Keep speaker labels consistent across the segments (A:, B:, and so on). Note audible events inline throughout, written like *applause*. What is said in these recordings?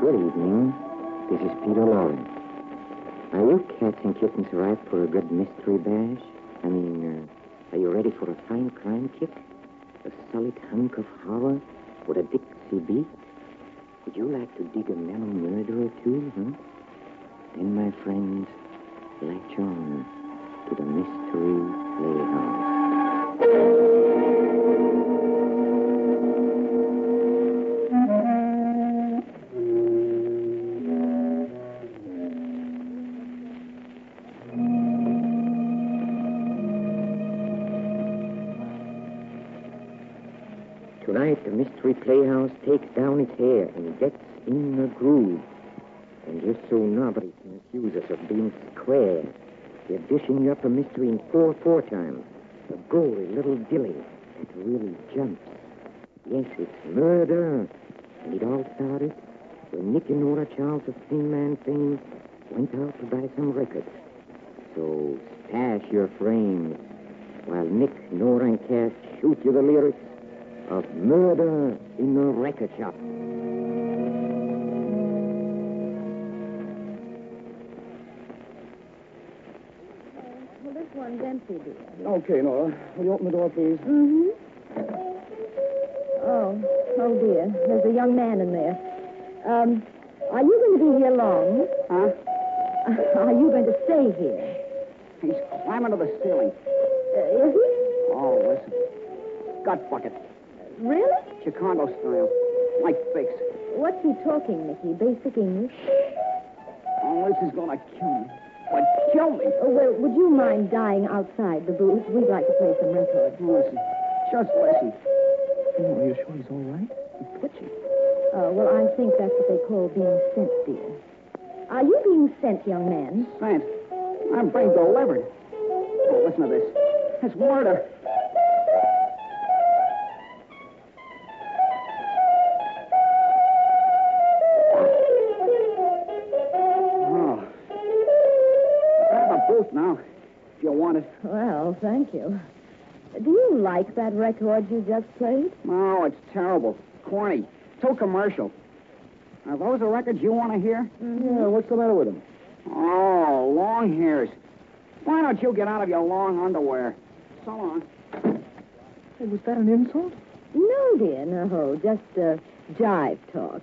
A: Good evening. This is Peter Lawrence. Are you cats and kittens ripe for a good mystery bash? I mean, uh, are you ready for a fine crime kick? A solid hunk of horror with a Dixie beat? Would you like to dig a mellow murder or two, huh? Then, my friends, latch on to the Mystery Playhouse. Tonight, the Mystery Playhouse takes down its hair and gets in the groove. And just so nobody can accuse us of being square, we're dishing up a mystery in 4-4 time. A gory little dilly that really jumps. Yes, it's murder. And it all started when Nick and Nora Charles of Thin Man fame went out to buy some records. So stash your frames while Nick, Nora, and Cass shoot you the lyrics of Murder in the Record Shop.
B: Well, this one's empty, dear.
C: Okay, Nora. Will you open the door, please?
B: Mm-hmm. Oh, oh dear. There's a young man in there. Um, are you going to be here long? *laughs*
C: Huh?
B: Are you going to stay here?
C: He's climbing to the ceiling.
B: Uh, is he?
C: Oh, listen. Gut bucket.
B: Really?
C: Chicago style. Like fix.
B: What's he talking, Nicky? Basic English?
C: Oh, this is gonna kill me. But kill me.
B: Oh, well, would you mind dying outside the booth? We'd like to play some records.
C: Listen. Just listen. Oh, are you sure he's all right? He's pitchy.
B: Uh, well, I think that's what they call being sent, dear. Are you being sent, young man?
C: Thanks. I'm being delivered. Oh, listen to this. It's murder. Oh. I have a booth now, if you want it.
B: Well, thank you. Do you like that record you just played?
C: No, Oh, it's terrible. Corny. Too commercial. Are those the records you want to hear?
D: Yeah, what's the matter with him?
C: Oh, long hairs. Why don't you get out of your long underwear? So long.
D: Hey, was that an insult?
B: No, dear, no. Just uh, jive talk.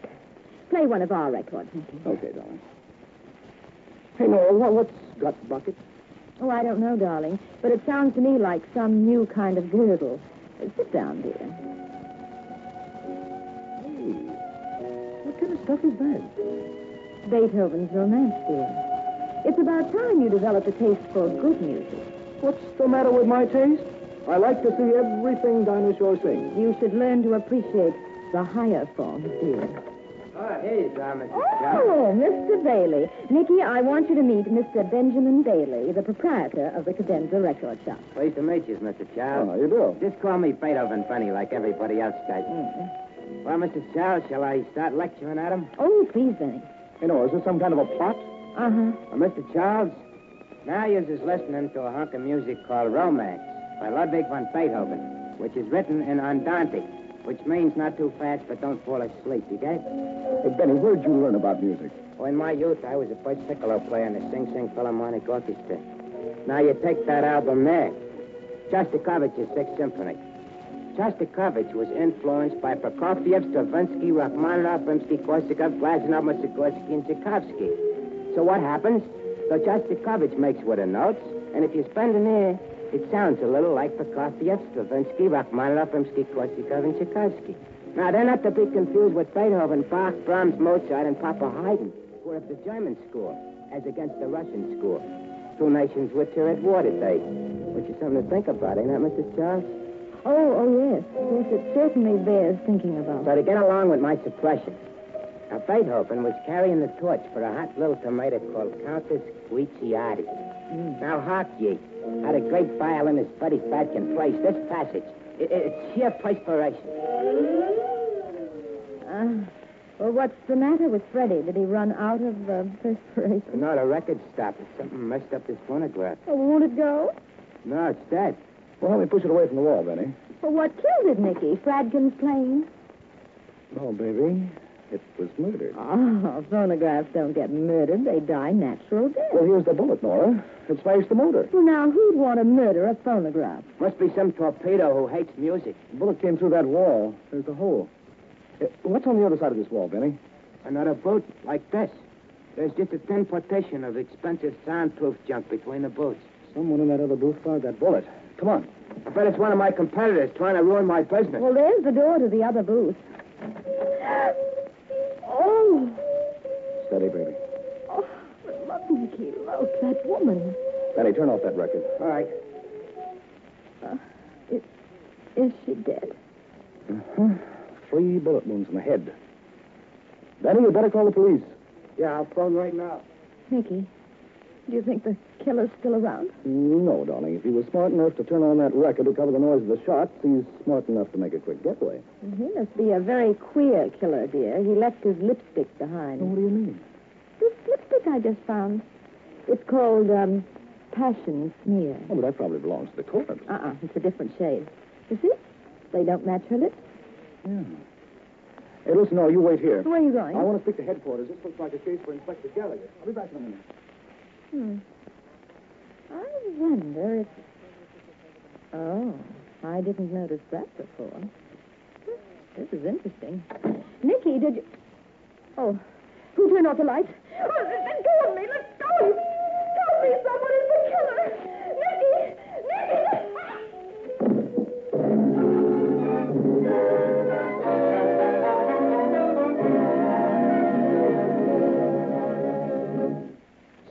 B: Play one of our records, Nicky.
D: Okay, darling. Hey, Nora, what, what's gut bucket?
B: Oh, I don't know, darling, but it sounds to me like some new kind of girdle. Uh, sit down, dear.
D: Hey, Hmm. what kind of stuff is that?
B: Beethoven's romance, dear. It's about time you developed a taste for good music.
D: What's the matter with my taste? I like to see everything Dinosaur sings.
B: You should learn to appreciate the higher forms, dear.
A: Oh, hey, Thomas.
B: Oh, Mr. Bailey. Nicky, I want you to meet Mr. Benjamin Bailey, the proprietor of the Cadenza Record Shop.
A: Pleased to meet you, Mr. Charles.
D: Oh, you do?
A: Just call me Beethoven Funny like everybody else does. Well, Mr. Charles, shall I start lecturing at him?
B: Oh, please, Benny.
D: Hey, Nora, is this some kind of a plot?
B: Uh-huh.
A: Well, Mr. Charles, now you is listening to a hunk of music called Romance by Ludwig van Beethoven, which is written in Andante, which means not too fast, but don't fall asleep, you get? it?
D: Hey, Benny, where'd you learn about music?
A: Well, in my youth, I was a first piccolo player in the Sing Sing Philharmonic Orchestra. Now you take that album there, Shostakovich's Sixth Symphony. Shostakovich was influenced by Prokofiev, Stravinsky, Rachmaninoff, Rimsky-Korsakov, Glasnost, Mussorgsky, and Tchaikovsky. So what happens? The Shostakovich makes with the notes, and if you spend an ear, it sounds a little like Prokofiev, Stravinsky, Rachmaninoff, Rimsky-Korsakov, and Tchaikovsky. Now, they're not to be confused with Beethoven, Bach, Brahms, Mozart, and Papa Haydn, who are of the German school, as against the Russian school. Two nations which are at war today, which is something to think about, ain't it, Mr. Charles?
B: Oh, oh, yes. Yes, it certainly bears thinking about.
A: So to get along with my suppression, now Beethoven was carrying the torch for a hot little tomato called Countess Guicciardi.
B: Mm.
A: Now hark ye, how the great violinist Buddy Batkin plays this passage. It, it- it's sheer perspiration.
B: Uh, well, what's the matter with Freddie? Did he run out of uh, perspiration?
A: No, the record stopped. Something messed up this phonograph.
B: Oh, won't it go?
A: No, it's dead.
D: Well, help me push it away from the wall, Benny.
A: Oh,
B: Well, what killed it, Nicky? Fradkin's playing.
D: No, baby.
E: It was murdered.
B: Oh, phonographs don't get murdered. They die natural death.
E: Well, here's the bullet, Nora. It smashed the motor.
B: Well, now, who'd want to murder a phonograph?
A: Must be some torpedo who hates music.
E: The bullet came through that wall. There's the hole. Uh,
D: Eh,
E: what's on the other side of this wall, Benny?
A: Another boat like this. There's just a thin partition of expensive soundproof junk between the boats.
E: Someone in that other booth fired that bullet. Come on.
A: I bet it's one of my competitors trying to ruin my business.
B: Well, there's the door to the other booth. Oh,
E: Steady, baby.
B: oh, Lutnicky, look, that woman.
E: Benny, turn off that record.
A: All right.
B: Is she dead?
E: Uh-huh. Three bullet wounds in the head. Benny, you better call the police.
A: Yeah, I'll phone right now.
B: Nicky, do you think the killer's still around?
E: No, darling. If he was smart enough to turn on that record to cover the noise of the shots, he's smart enough to make a quick getaway.
B: He must be a very queer killer, dear. He left his lipstick behind.
E: What do you mean?
B: This lipstick I just found. It's called, um, Passion Smear.
E: Oh, but that probably belongs to the corpse.
B: Uh-uh, it's a different shade. You see? They don't match her lips.
E: Yeah. Hey, listen, no, you wait here.
B: Where are you going?
E: I want to speak to headquarters. This looks like a case for Inspector Gallagher. I'll be back in a minute.
B: Hmm. I wonder if. Oh, I didn't notice that before. This is interesting. Nicky, did you. Oh, who turned off the lights? Oh, let go of me! Let go of me! Help me! Someone is the killer! Nicky! Nicky!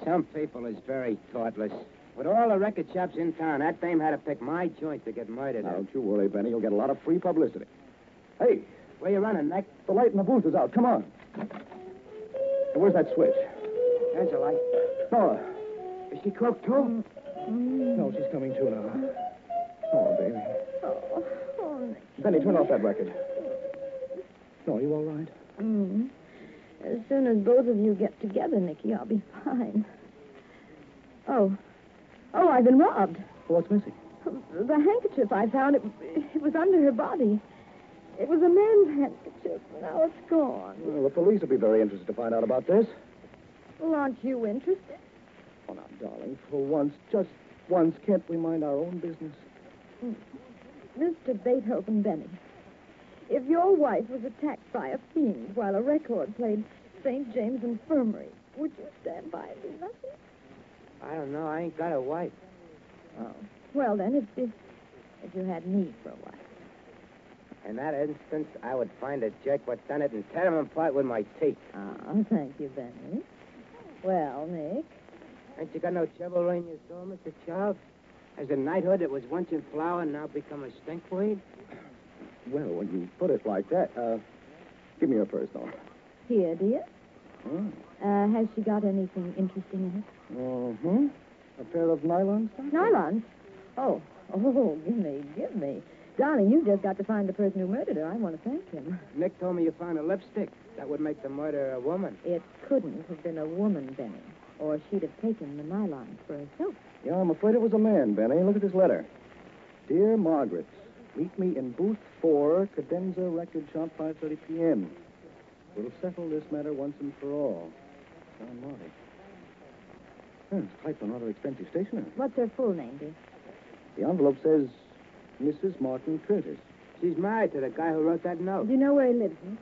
A: Some people is very thoughtless. With all the record shops in town, that dame had to pick my joint to get murdered.
E: Now,
A: at.
E: don't you worry, Benny. You'll get a lot of free publicity. Hey,
A: Where you running, Nick?
E: the light in the booth is out. Come on. And Where's that switch? Oh.
A: There's a light.
E: Nora.
A: Is she cooked, too?
E: No, she's coming to now. Oh, baby.
B: Oh, oh, Nicky.
E: Benny, turn off that record. No, you all right?
B: Mm. As soon as both of you get together, Nicky, I'll be fine. Oh. Oh, I've been robbed.
E: What's missing?
B: The handkerchief I found, it, it was under her body. It was a man's handkerchief. Now it's gone.
E: Well, the police will be very interested to find out about this.
B: Well, aren't you interested?
E: Oh, now, darling, for once, just once, can't we mind our own business?
B: Mr. Beethoven Benny, if your wife was attacked by a fiend while a record played St. James Infirmary, would you stand by and do nothing?
A: I don't know. I ain't got a wife.
B: Oh. Well, then, if, if, if you had me for a wife.
A: In that instance, I would find a jerk what done it and tear him apart with my teeth.
B: Oh, thank you, Benny. Well, Nick.
A: Ain't you got no chivalry in your soul, Mr. Child? As a knighthood that was once in flower and now become a stinkweed?
E: Well, when you put it like that, uh, give me your purse, Nora.
B: Here, dear.
E: Oh.
B: Uh, has she got anything interesting in it?
E: Mm-hmm. A pair of nylon stockings.
B: Nylon? Oh, *laughs* oh, give me, give me. Darling, you've just got to find the person who murdered her. I want to thank him.
A: Nick told me you found a lipstick. That would make the murderer a woman.
B: It couldn't have been a woman, Benny, or she'd have taken the nylon for herself.
E: Yeah, I'm afraid it was a man, Benny. Look at this letter. Dear Margaret, meet me in booth four, Cadenza Record Shop, 5:30 p.m. We'll settle this matter once and for all. John Marty. Huh, it's quite the rather expensive stationery.
B: What's her full name, dear?
E: The envelope says Mrs. Martin Curtis.
A: She's married to the guy who wrote that note.
B: Oh, Do you know where he lives, Nick?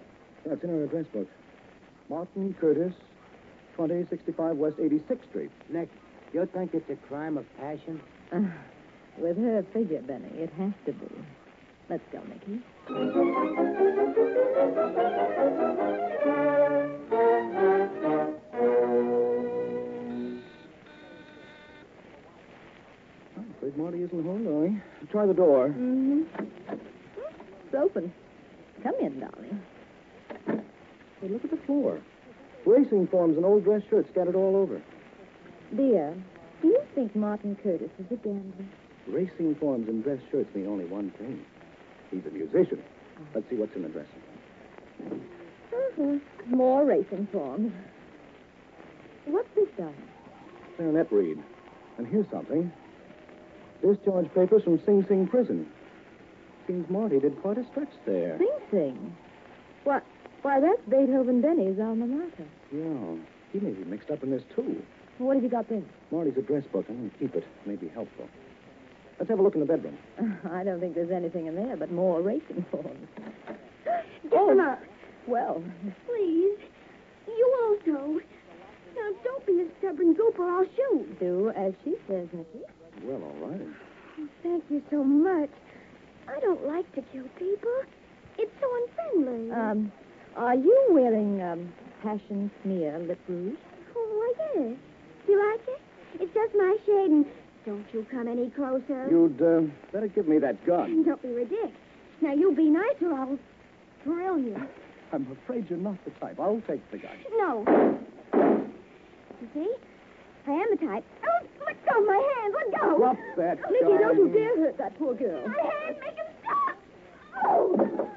E: That's in her address book. Martin Curtis, 2065 West 86th Street.
A: Nick, you think it's a crime of passion?
B: Uh, with her figure, Benny, it has to be. Let's go, Nicky.
E: I'm afraid Oh, Marty isn't home, darling. Try the door.
B: Mm-hmm. It's open. Come in, darling.
E: Hey, look at the floor. Racing forms and old dress shirts scattered all over.
B: Dear, do you think Martin Curtis is a gambler?
E: Racing forms and dress shirts mean only one thing. He's a musician. Let's see what's in the dresser.
B: Uh-huh. More racing forms. What's this, darling?
E: Clarinet reed. And here's something. Discharge papers from Sing Sing prison. Seems Marty did quite a stretch there.
B: Sing Sing. What? Why, that's Beethoven Benny's alma mater.
E: Yeah. He may be mixed up in this, too.
B: What have you got there?
E: Marty's address book. I'm going to keep it. It may be helpful. Let's have a look in the bedroom.
B: *laughs* I don't think there's anything in there but more racing forms.
F: Donna,
B: Well,
F: please. You also. Now, don't be a stubborn goop or I'll shoot.
B: do as she says, Nicky.
E: Well, all right.
F: Thank you so much. I don't like to kill people. It's so unfriendly.
B: Um, are you wearing um, passion smear lip rouge?
F: oh, I guess. Do you like it? It's just my shade, and don't you come any closer.
E: You'd uh, better give me that gun.
F: *laughs* Don't be ridiculous. Now, you be nice or I'll drill you.
E: I'm afraid you're not the type. I'll take the gun. *laughs*
F: No. You see? I am the type. Oh, let go of my hand. Let go.
E: Drop that
B: Nicky,
E: gun.
B: don't you dare hurt that poor girl.
F: My hand. Make him stop. Oh!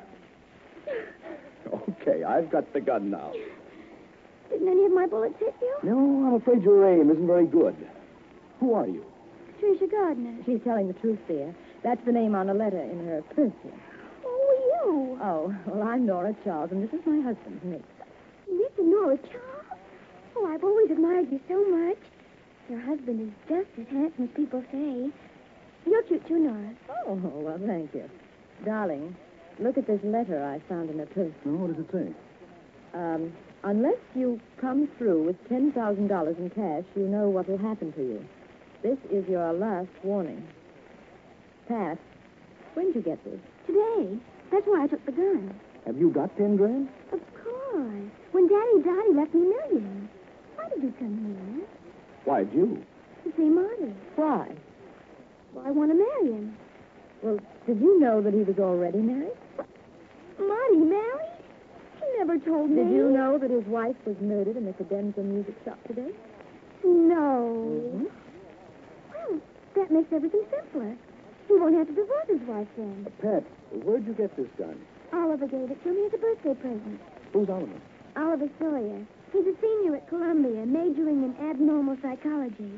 E: Okay, I've got the gun now.
F: Didn't any of my bullets hit you?
E: No, I'm afraid your aim isn't very good. Who are you?
F: Patricia Gardner.
B: She's telling the truth, dear. That's the name on a letter in her perfume.
F: Who are you?
B: Oh, well, I'm Nora Charles, and this is my husband, Nick.
F: Nick and Nora Charles. Oh, I've always admired you so much. Your husband is just as handsome as people say. You're cute too, Nora.
B: Oh, well, thank you. Darling, look at this letter I found in her purse.
E: No, what does it say?
B: Um, unless you come through with $10,000 in cash, you know what will happen to you. This is your last warning. Pat, when'd you get this?
F: Today. That's why I took the gun.
E: Have you got ten grand?
F: Of course. When Daddy died, he left me millions. Why did you come
E: Why'd you?
F: here? To see Marty.
B: Why?
F: Well, I want to marry him.
B: Well, did you know that he was already married?
F: Marty married? He never told me.
B: Did you know that his wife was murdered in the cadenza music shop today?
F: No.
E: Mm-hmm.
F: Well, that makes everything simpler. He won't have to divorce his wife then.
E: Pat, where'd you get this gun?
F: Oliver gave it to me as a birthday present.
E: Who's Oliver?
F: Oliver Sawyer. He's a senior at Columbia, majoring in abnormal psychology.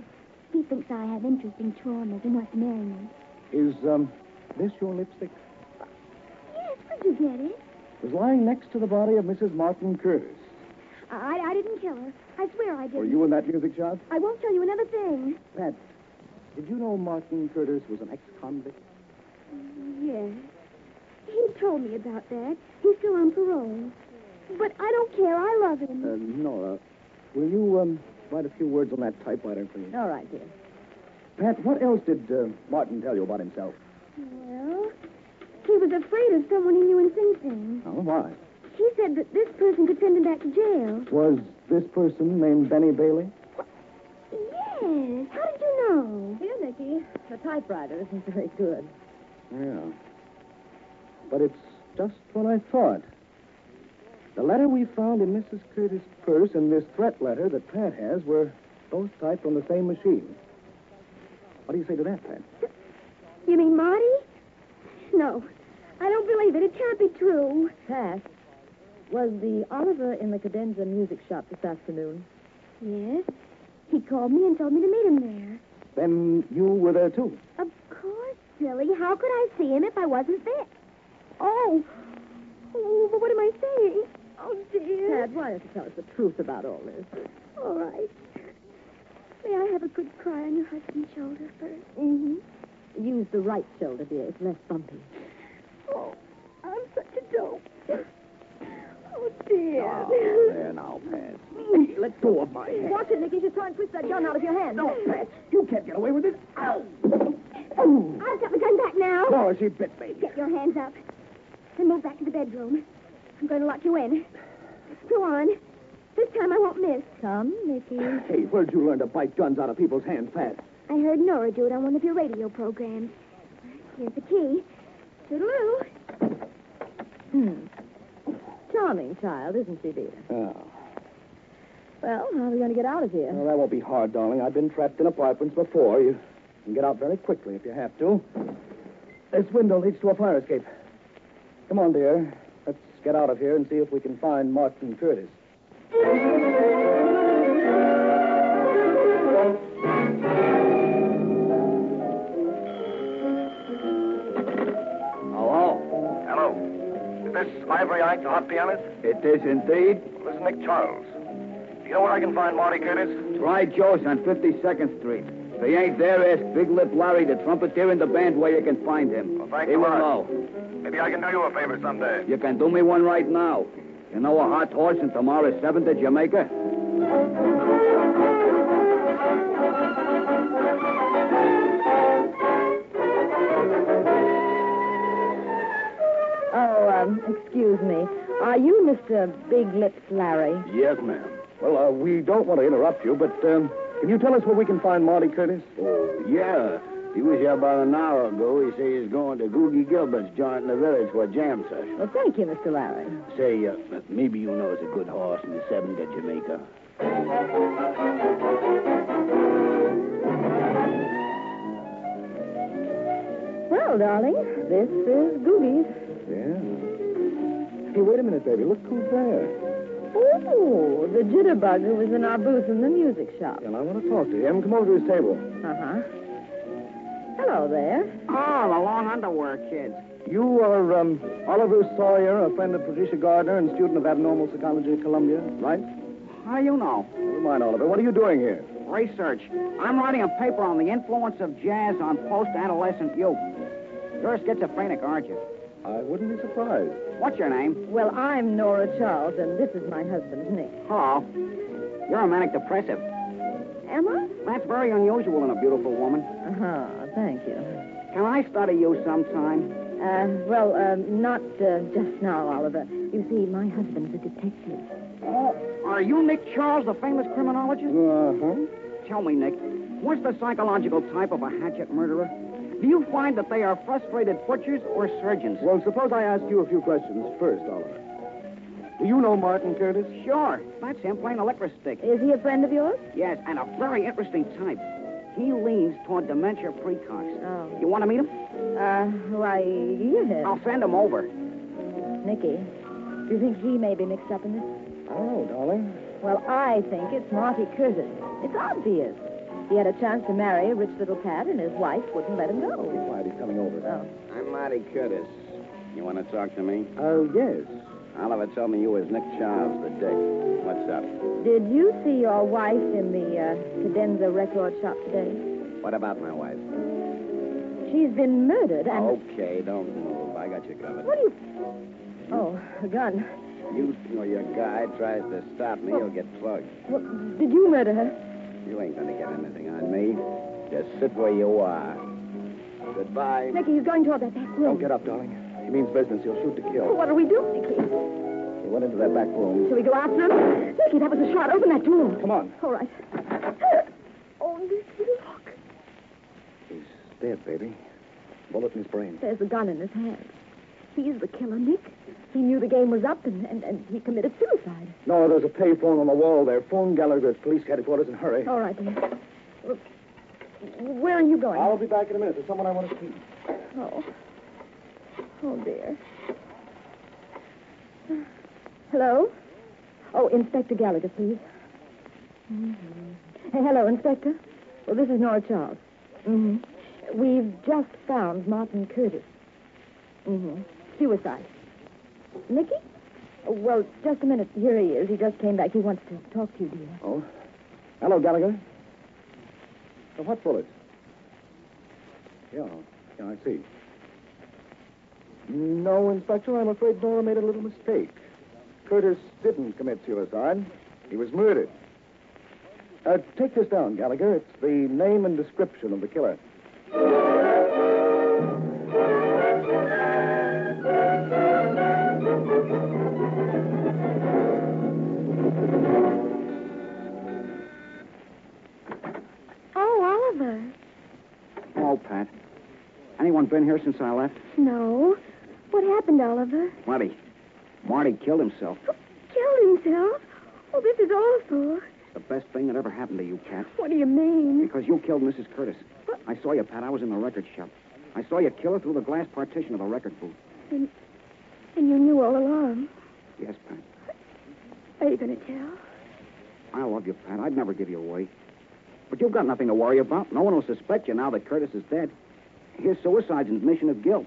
F: He thinks I have interesting traumas and wants to marry me.
E: Is um, this your lipstick?
F: Yes, where'd you get it?
E: It was lying next to the body of Mrs. Martin Curtis.
F: I, I didn't kill her. I swear I
E: Were
F: didn't.
E: you in that music shop?
F: I won't tell you another thing.
E: Pat, did you know Martin Curtis was an ex-convict?
F: Yes. He told me about that. He's still on parole. But I don't care. I love him.
E: Uh, Nora, will you um, write a few words on that typewriter, please?
B: All right, dear.
E: Pat, what else did uh, Martin tell you about himself?
F: Well, he was afraid of someone he knew in Sing Sing.
E: Oh, why?
F: He said that this person could send him back to jail.
E: Was this person named Benny Bailey?
F: Yes. How did you know?
B: Here, Nicky. The typewriter isn't *laughs* very good.
E: Yeah. But it's just what I thought. The letter we found in Mrs. Curtis' purse and this threat letter that Pat has were both typed on the same machine. What do you say to that, Pat?
F: You mean Marty? No. I don't believe it. It can't be true.
B: Pat, was the Oliver in the cadenza music shop this afternoon?
F: Yes. He called me and told me to meet him there.
E: Then you were there, too.
F: Of course, silly. How could I see him if I wasn't there? Oh. Oh, but what am I saying? Oh, dear.
B: Pat, why don't you tell us the truth about all this?
F: All right. May I have a good cry on your husband's shoulder 1st Mm-hmm.
B: Use the right shoulder, dear. It's less bumpy.
F: Oh, I'm such a dope. Oh, dear.
E: Ah, there now, Pat. Let go of my hand.
B: Watch it, Nicky. She's trying to twist that gun out of your hand.
E: No, Pat, you can't get away with this. Ow! Oh,
F: I've got the gun back now.
E: Laura, she bit me.
F: Get your hands up. Then move back to the bedroom. I'm going to lock you in. Go on. This time I won't miss.
B: Come, Nicky.
E: Hey, where'd you learn to bite guns out of people's hands, Pat?
F: I heard Nora do it on one of your radio programs. Here's the key. Toodaloo.
B: Hmm. Charming child, isn't she, dear?
E: Oh.
B: Well, how are we going to get out of here?
E: Well, that won't be hard, darling. I've been trapped in apartments before. You can get out very quickly if you have to. This window leads to a fire escape. Come on, dear. Let's get out of here and see if we can find Martin Curtis.
C: Hello?
G: Hello. Is this ivory eyed hot pianist?
C: It is indeed.
G: This is Nick Charles. Do you know where I can find Marty Curtis?
C: Try Joe's on 52nd Street. If he ain't there, ask Big Lip Larry, the trumpeter in the band, where you can find him.
G: Well, thank
C: he
G: you
C: will
G: much.
C: know.
G: Maybe I can do you a favor someday.
C: You can do me one right now. You know a hot horse and tomorrow's 7th to Jamaica?
B: Oh, um, excuse me. Are you Mr. Big Lips Larry?
E: Yes, ma'am. Well, uh, we don't want to interrupt you, but um, can you tell us where we can find Marty Curtis?
C: Oh, yeah. He was here about an hour ago. He says he's going to Googie Gilbert's joint in the village for a jam session.
B: Well, thank you, Mr. Larry.
C: Say, uh, maybe you know it's a good horse and the seven to Jamaica.
B: Well, darling, this is Googie's.
E: Yeah. Hey, wait a minute, baby. Look who's there.
B: Oh, the jitterbug who was in our booth in the music shop.
E: And I want to talk to him. Come over to his table.
B: Uh-huh. Hello there.
C: Oh, the long underwear kids.
E: You are um, Oliver Sawyer, a friend of Patricia Gardner and student of abnormal psychology at Columbia, right?
C: How do you know?
E: Never mind, Oliver. What are you doing here?
C: Research. I'm writing a paper on the influence of jazz on post-adolescent youth. You're a schizophrenic, aren't you?
E: I wouldn't be surprised.
C: What's your name?
B: Well, I'm Nora Charles, and this is my husband, Nick.
C: Hello. You're a manic depressive.
B: Am I?
C: That's very unusual in a beautiful woman.
B: Uh-huh, thank you.
C: Can I study you sometime?
B: Uh, well, um, not uh, just now, Oliver. You see, my husband's a detective.
C: Oh, are you Nick Charles, the famous criminologist?
E: Uh-huh.
C: Tell me, Nick, what's the psychological type of a hatchet murderer? Do you find that they are frustrated butchers or surgeons?
E: Well, suppose I ask you a few questions first, Oliver. Do you know Martin Curtis?
C: Sure. That's him playing a licorice stick.
B: Is he a friend of yours?
C: Yes, and a very interesting type. He leans toward dementia precox.
B: Oh.
C: You want to meet him?
B: Uh, why, yes.
C: I'll send him over.
B: Nicky, do you think he may be mixed up in this?
E: Oh, darling.
B: Well, I think it's Marty Curtis. It's obvious. He had a chance to marry a rich little cat, and his wife wouldn't let him
E: Be
B: go.
E: quiet. He's coming over.
B: Oh.
G: I'm Marty Curtis. You want to talk to me?
E: Oh, yes.
G: Oliver told me you was Nick Charles, the dick. What's up?
B: Did you see your wife in the uh, Cadenza record shop today?
G: What about my wife?
B: She's been murdered, and...
G: Okay, don't move. I got you covered.
B: What do you... Oh, a gun.
G: You or your guy tries to stop me, you'll get plugged.
B: Well, did you murder her?
G: You ain't gonna get anything on me. Just sit where you are. Goodbye.
B: Nicky, he's going toward that back room.
E: Don't get up, darling. He means business. He'll shoot to
B: Oh,
E: kill.
B: what do we do, Nicky?
E: He went into that back room.
B: Shall we go after him? Nicky, that was a shot. Open that door.
E: Come on.
B: All right. *gasps*
F: Oh, Nicky, look.
E: He's dead, baby. Bullet in his brain.
B: There's a gun in his hand.
F: He's the killer, Nick.
B: He knew the game was up, and, and, and he committed suicide.
E: No, there's a payphone on the wall there. Phone Gallagher at police headquarters and hurry.
B: All right, then. Look, Where are you going?
E: I'll be back in a minute. There's someone I want to see.
B: Oh. Oh, dear. Hello? Oh, Inspector Gallagher, please. Mhm. Hey, hello, Inspector. Well, this is Nora Charles. hmm We've just found Martin Curtis. hmm Suicide. Nicky? Oh, well, just a minute. Here he is. He just came back. He wants to talk to you, dear.
E: Oh. Hello, Gallagher. Uh, what bullet? Yeah, yeah, I see. No, Inspector, I'm afraid Nora made a little mistake. Curtis didn't commit suicide. He was murdered. Uh, take this down, Gallagher. It's the name and description of the killer.
F: Oh, Oliver.
C: Hello, Pat. Anyone been here since I left?
F: No. What happened, Oliver?
C: Marty. Marty killed himself.
F: Killed himself? Oh, this is awful.
C: The best thing that ever happened to you, Pat.
F: What do you mean?
C: Because you killed Mrs. Curtis. I saw you, Pat. I was in the record shop. I saw you kill her through the glass partition of a record booth.
F: And you knew all along.
C: Yes, Pat.
F: Are you going to tell?
C: I love you, Pat. I'd never give you away. But you've got nothing to worry about. No one will suspect you now that Curtis is dead. His suicide's an admission of guilt.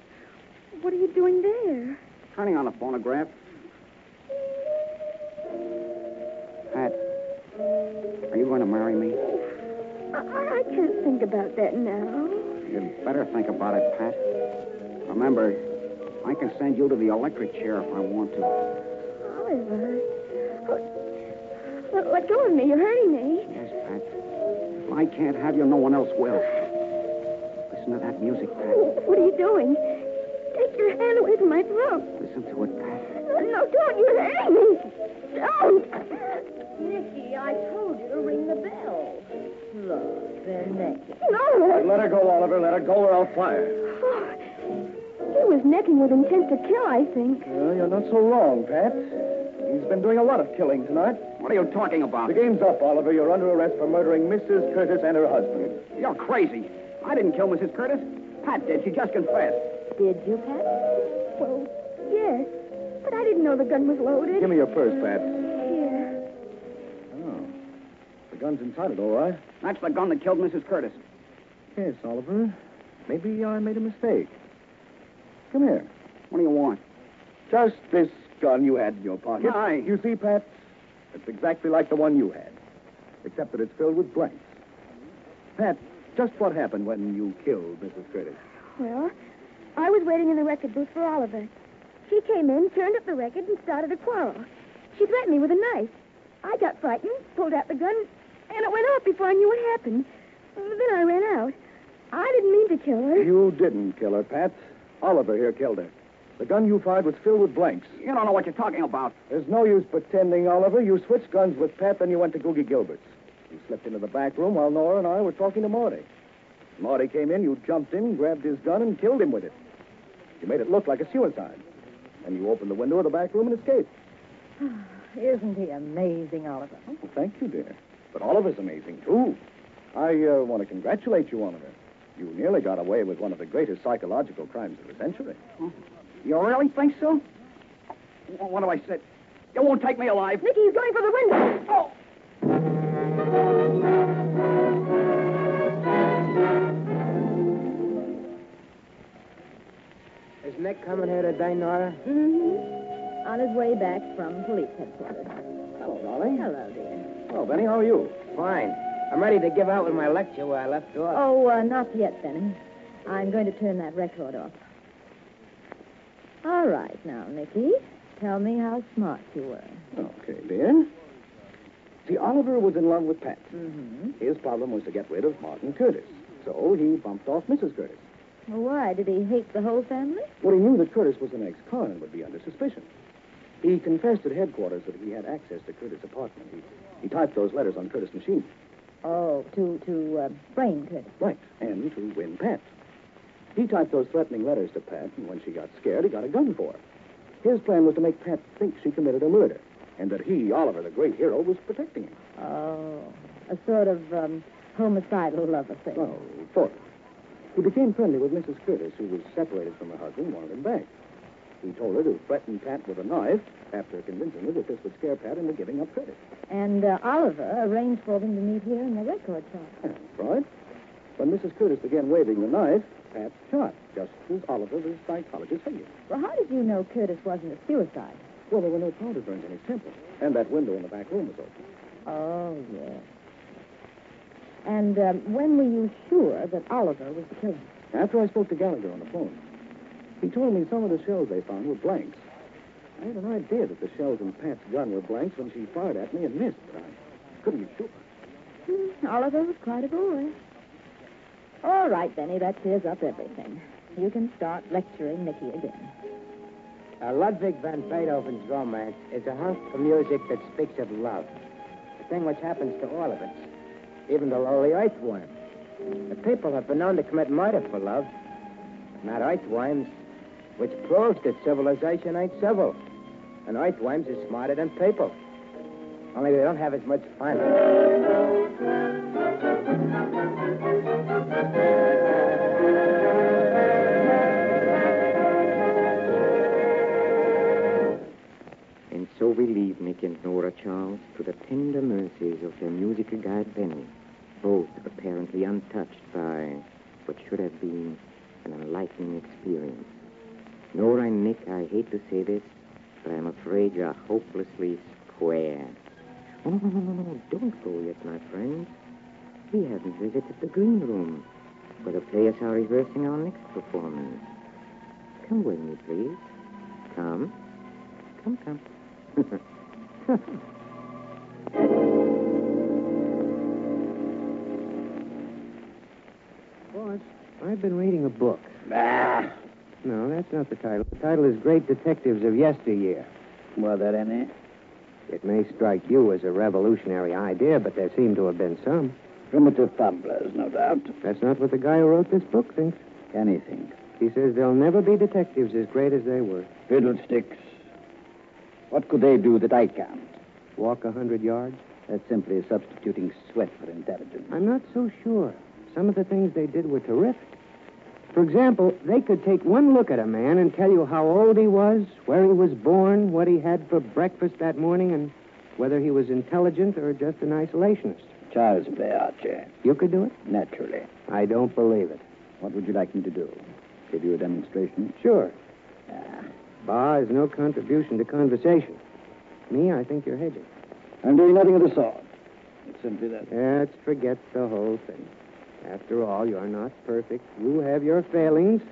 F: What are you doing there?
C: Turning on the phonograph. Pat, are you going to marry me?
F: I, I I can't think about that now.
C: You'd better think about it, Pat. Remember, I can send you to the electric chair if I want to.
F: Oliver. Oh, let, let go of me. You're hurting me.
C: Yes, Pat. If I can't have you, no one else will. Listen to that music, Pat.
F: What are you doing? Take your hand away from my throat.
C: Listen to it, Pat.
F: No, don't. You're hurting me. Don't.
B: Nicky, I told you to ring the bell. Look, they're naked.
F: No.
G: Let her go, Oliver. Let her go or I'll fire.
F: Oh, he was necking with intent to kill, I think.
E: Well, you're not so wrong, Pat. He's been doing a lot of killing tonight.
C: What are you talking about?
E: The game's up, Oliver. You're under arrest for murdering Mrs. Curtis and her husband.
C: You're crazy. I didn't kill Mrs. Curtis. Pat did. She just confessed.
B: Did you, Pat?
F: Well, yes. But I didn't know the gun was loaded.
E: Give me your purse, Pat.
F: Here.
E: Oh. The gun's inside it, all right.
C: That's the gun that killed Mrs. Curtis.
E: Yes, Oliver. Maybe I made a mistake. Come here.
C: What do you want?
E: Just this gun you had in your pocket.
C: Why?
E: You see, Pat, it's exactly like the one you had, except that it's filled with blanks. Pat, just what happened when you killed Mrs. Curtis?
F: Well, I was waiting in the record booth for Oliver. She came in, turned up the record, and started a quarrel. She threatened me with a knife. I got frightened, pulled out the gun, and it went off before I knew what happened. Then I ran out. I didn't mean to kill her.
E: You didn't kill her, Pat. Oliver here killed her. The gun you fired was filled with blanks.
C: You don't know what you're talking about.
E: There's no use pretending, Oliver. You switched guns with Pat, then you went to Googie Gilbert's. You slipped into the back room while Nora and I were talking to Marty. Marty came in, you jumped in, grabbed his gun, and killed him with it. You made it look like a suicide. And you opened the window of the back room and escaped.
B: Isn't he amazing, Oliver?
E: Well, thank you, dear. But Oliver's amazing, too. I uh, want to congratulate you, Oliver. You nearly got away with one of the greatest psychological crimes of the century.
C: Hmm. You really think so? Wh- What do I say? You won't take me alive.
F: Nicky, he's going for the window. Oh.
A: Is Nick coming here today, Nora?
B: Mm-hmm. On his way back from police headquarters.
E: Hello, Molly.
B: Hello, dear.
E: Hello, Benny. How are you?
A: Fine. I'm ready to give out with my lecture where I left off.
B: Oh, uh, not yet, Benny. I'm going to turn that record off. All right, now, Nicky. Tell me how smart you were.
E: Okay, dear. See, Oliver was in love with Pat.
B: Mm-hmm.
E: His problem was to get rid of Martin Curtis. So he bumped off Mrs. Curtis.
B: Why? Did he hate the whole family?
E: Well, he knew that Curtis was an ex-con and would be under suspicion. He confessed at headquarters that he had access to Curtis' apartment. He, he typed those letters on Curtis' machine.
B: Oh, to to uh, brain Curtis.
E: Right, and to win Pat. He typed those threatening letters to Pat, and when she got scared, he got a gun for her. His plan was to make Pat think she committed a murder, and that he, Oliver, the great hero, was protecting him.
B: Oh, a sort of um, homicidal love affair.
E: Oh, sort of. He became friendly with Mrs. Curtis, who was separated from her husband and wanted him back. He told her to threaten Pat with a knife after convincing her that this would scare Pat into giving up Curtis.
B: And uh, Oliver arranged for them to meet here in the record shop.
E: Right? When Mrs. Curtis began waving the knife, Pat shot, just as Oliver, the psychologist, figured.
B: Well, how did you know Curtis wasn't a suicide?
E: Well, there were no powder burns in his temple, and that window in the back room was open.
B: Oh, yes. And um, when were you sure that Oliver was the killer?
E: After I spoke to Gallagher on the phone, he told me some of the shells they found were blanks. I had an idea that the shells in Pat's gun were blanks when she fired at me and missed, but I couldn't shoot.
B: Hmm, Oliver was quite a boy. All right, Benny, that clears up everything. You can start lecturing Nicky again.
A: Uh, Ludwig van Beethoven's romance is a hunk of music that speaks of love. A thing which happens to all of us, even the lowly earthworm. The people have been known to commit murder for love, not earthworms, which proves that civilization ain't civil. And earthworms are smarter than people. Only they don't have as much fun. And so we leave Nick and Nora Charles to the tender mercies of their musical guide Benny, both apparently untouched by what should have been an enlightening experience. Nora and Nick, I hate to say this, but I'm afraid you're hopelessly squared. Oh, no, no, no, no, no. Don't go yet, my friends. We haven't visited the green room, where the players are rehearsing our next performance. Come with me, please. Come. Come, come. come. Boss, I've been reading a book.
E: Bah!
A: No, that's not the title. The title is Great Detectives of Yesteryear.
E: Was that any?
A: It may strike you as a revolutionary idea, but there seem to have been some.
E: Primitive fumblers, no doubt.
A: That's not what the guy who wrote this book thinks.
E: Anything.
A: He says there'll never be detectives as great as they were.
E: Fiddlesticks. What could they do that I can't?
A: Walk a hundred yards?
E: That's simply substituting sweat for intelligence.
A: I'm not so sure. Some of the things they did were terrific. For example, they could take one look at a man and tell you how old he was, where he was born, what he had for breakfast that morning, and whether he was intelligent or just an isolationist.
E: Child's play, Archie.
A: You could do it?
E: Naturally.
A: I don't believe it.
E: What would you like me to do? Give you a demonstration?
A: Sure.
E: Ah,
A: Bar is no contribution to conversation. Me, I think you're hedging.
E: I'm doing nothing of the sort. It's simply that.
A: Let's forget the whole thing. After all, you're not perfect. You have your failings.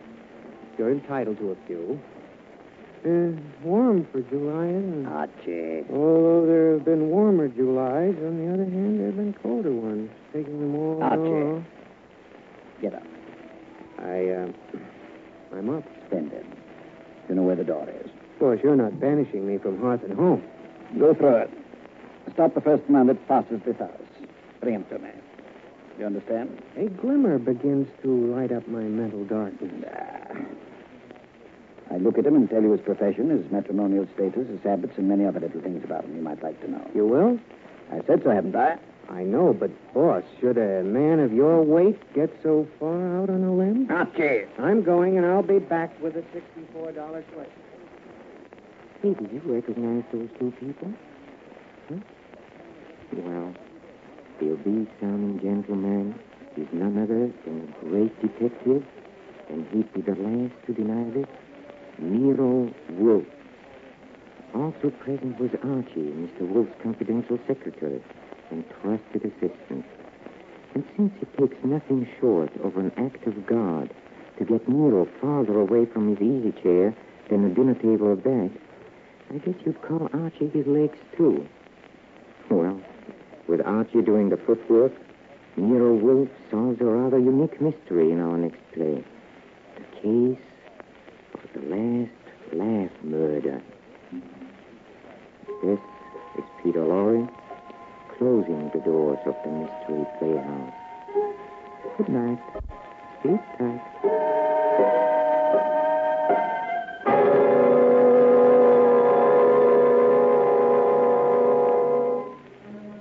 A: You're entitled to a few. Uh, warm for July, isn't it?
E: Archie.
A: Although there have been warmer Julys, on the other hand, there have been colder ones. Taking them all.
E: Archie.
A: all.
E: Get up.
A: I, uh, I'm up.
E: Splendid. You know where the door is.
A: Of course, you're not banishing me from hearth and home.
E: Go through it. Stop the first man that passes this house. Bring him to me. You understand?
A: A glimmer begins to light up my mental darkness.
E: Nah. Ah. I look at him and tell you his profession, his matrimonial status, his habits, and many other little things about him you might like to know.
A: You will?
E: I said so, haven't I?
A: I know, but boss, should a man of your weight get so far out on a limb?
E: Archie.
A: I'm going, and I'll be back with a $64 question. Hey, did you recognize those two people? Huh? Well, the obese sounding gentleman is none other than a great detective, and he'd be the last to deny this, Nero Wolf. Also present was Archie, Mr. Wolf's confidential secretary and trusted assistant. And since it takes nothing short of an act of God to get Nero farther away from his easy chair than a dinner table of that, I guess you'd call Archie his legs, too. Well, with Archie doing the footwork, Nero Wolf solves a rather unique mystery in our next play the case of the last laugh murder. This is Peter Lorre closing the doors of the mystery playhouse. Good night. Sleep tight.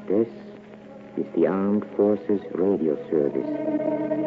A: This is the Armed Forces Radio Service.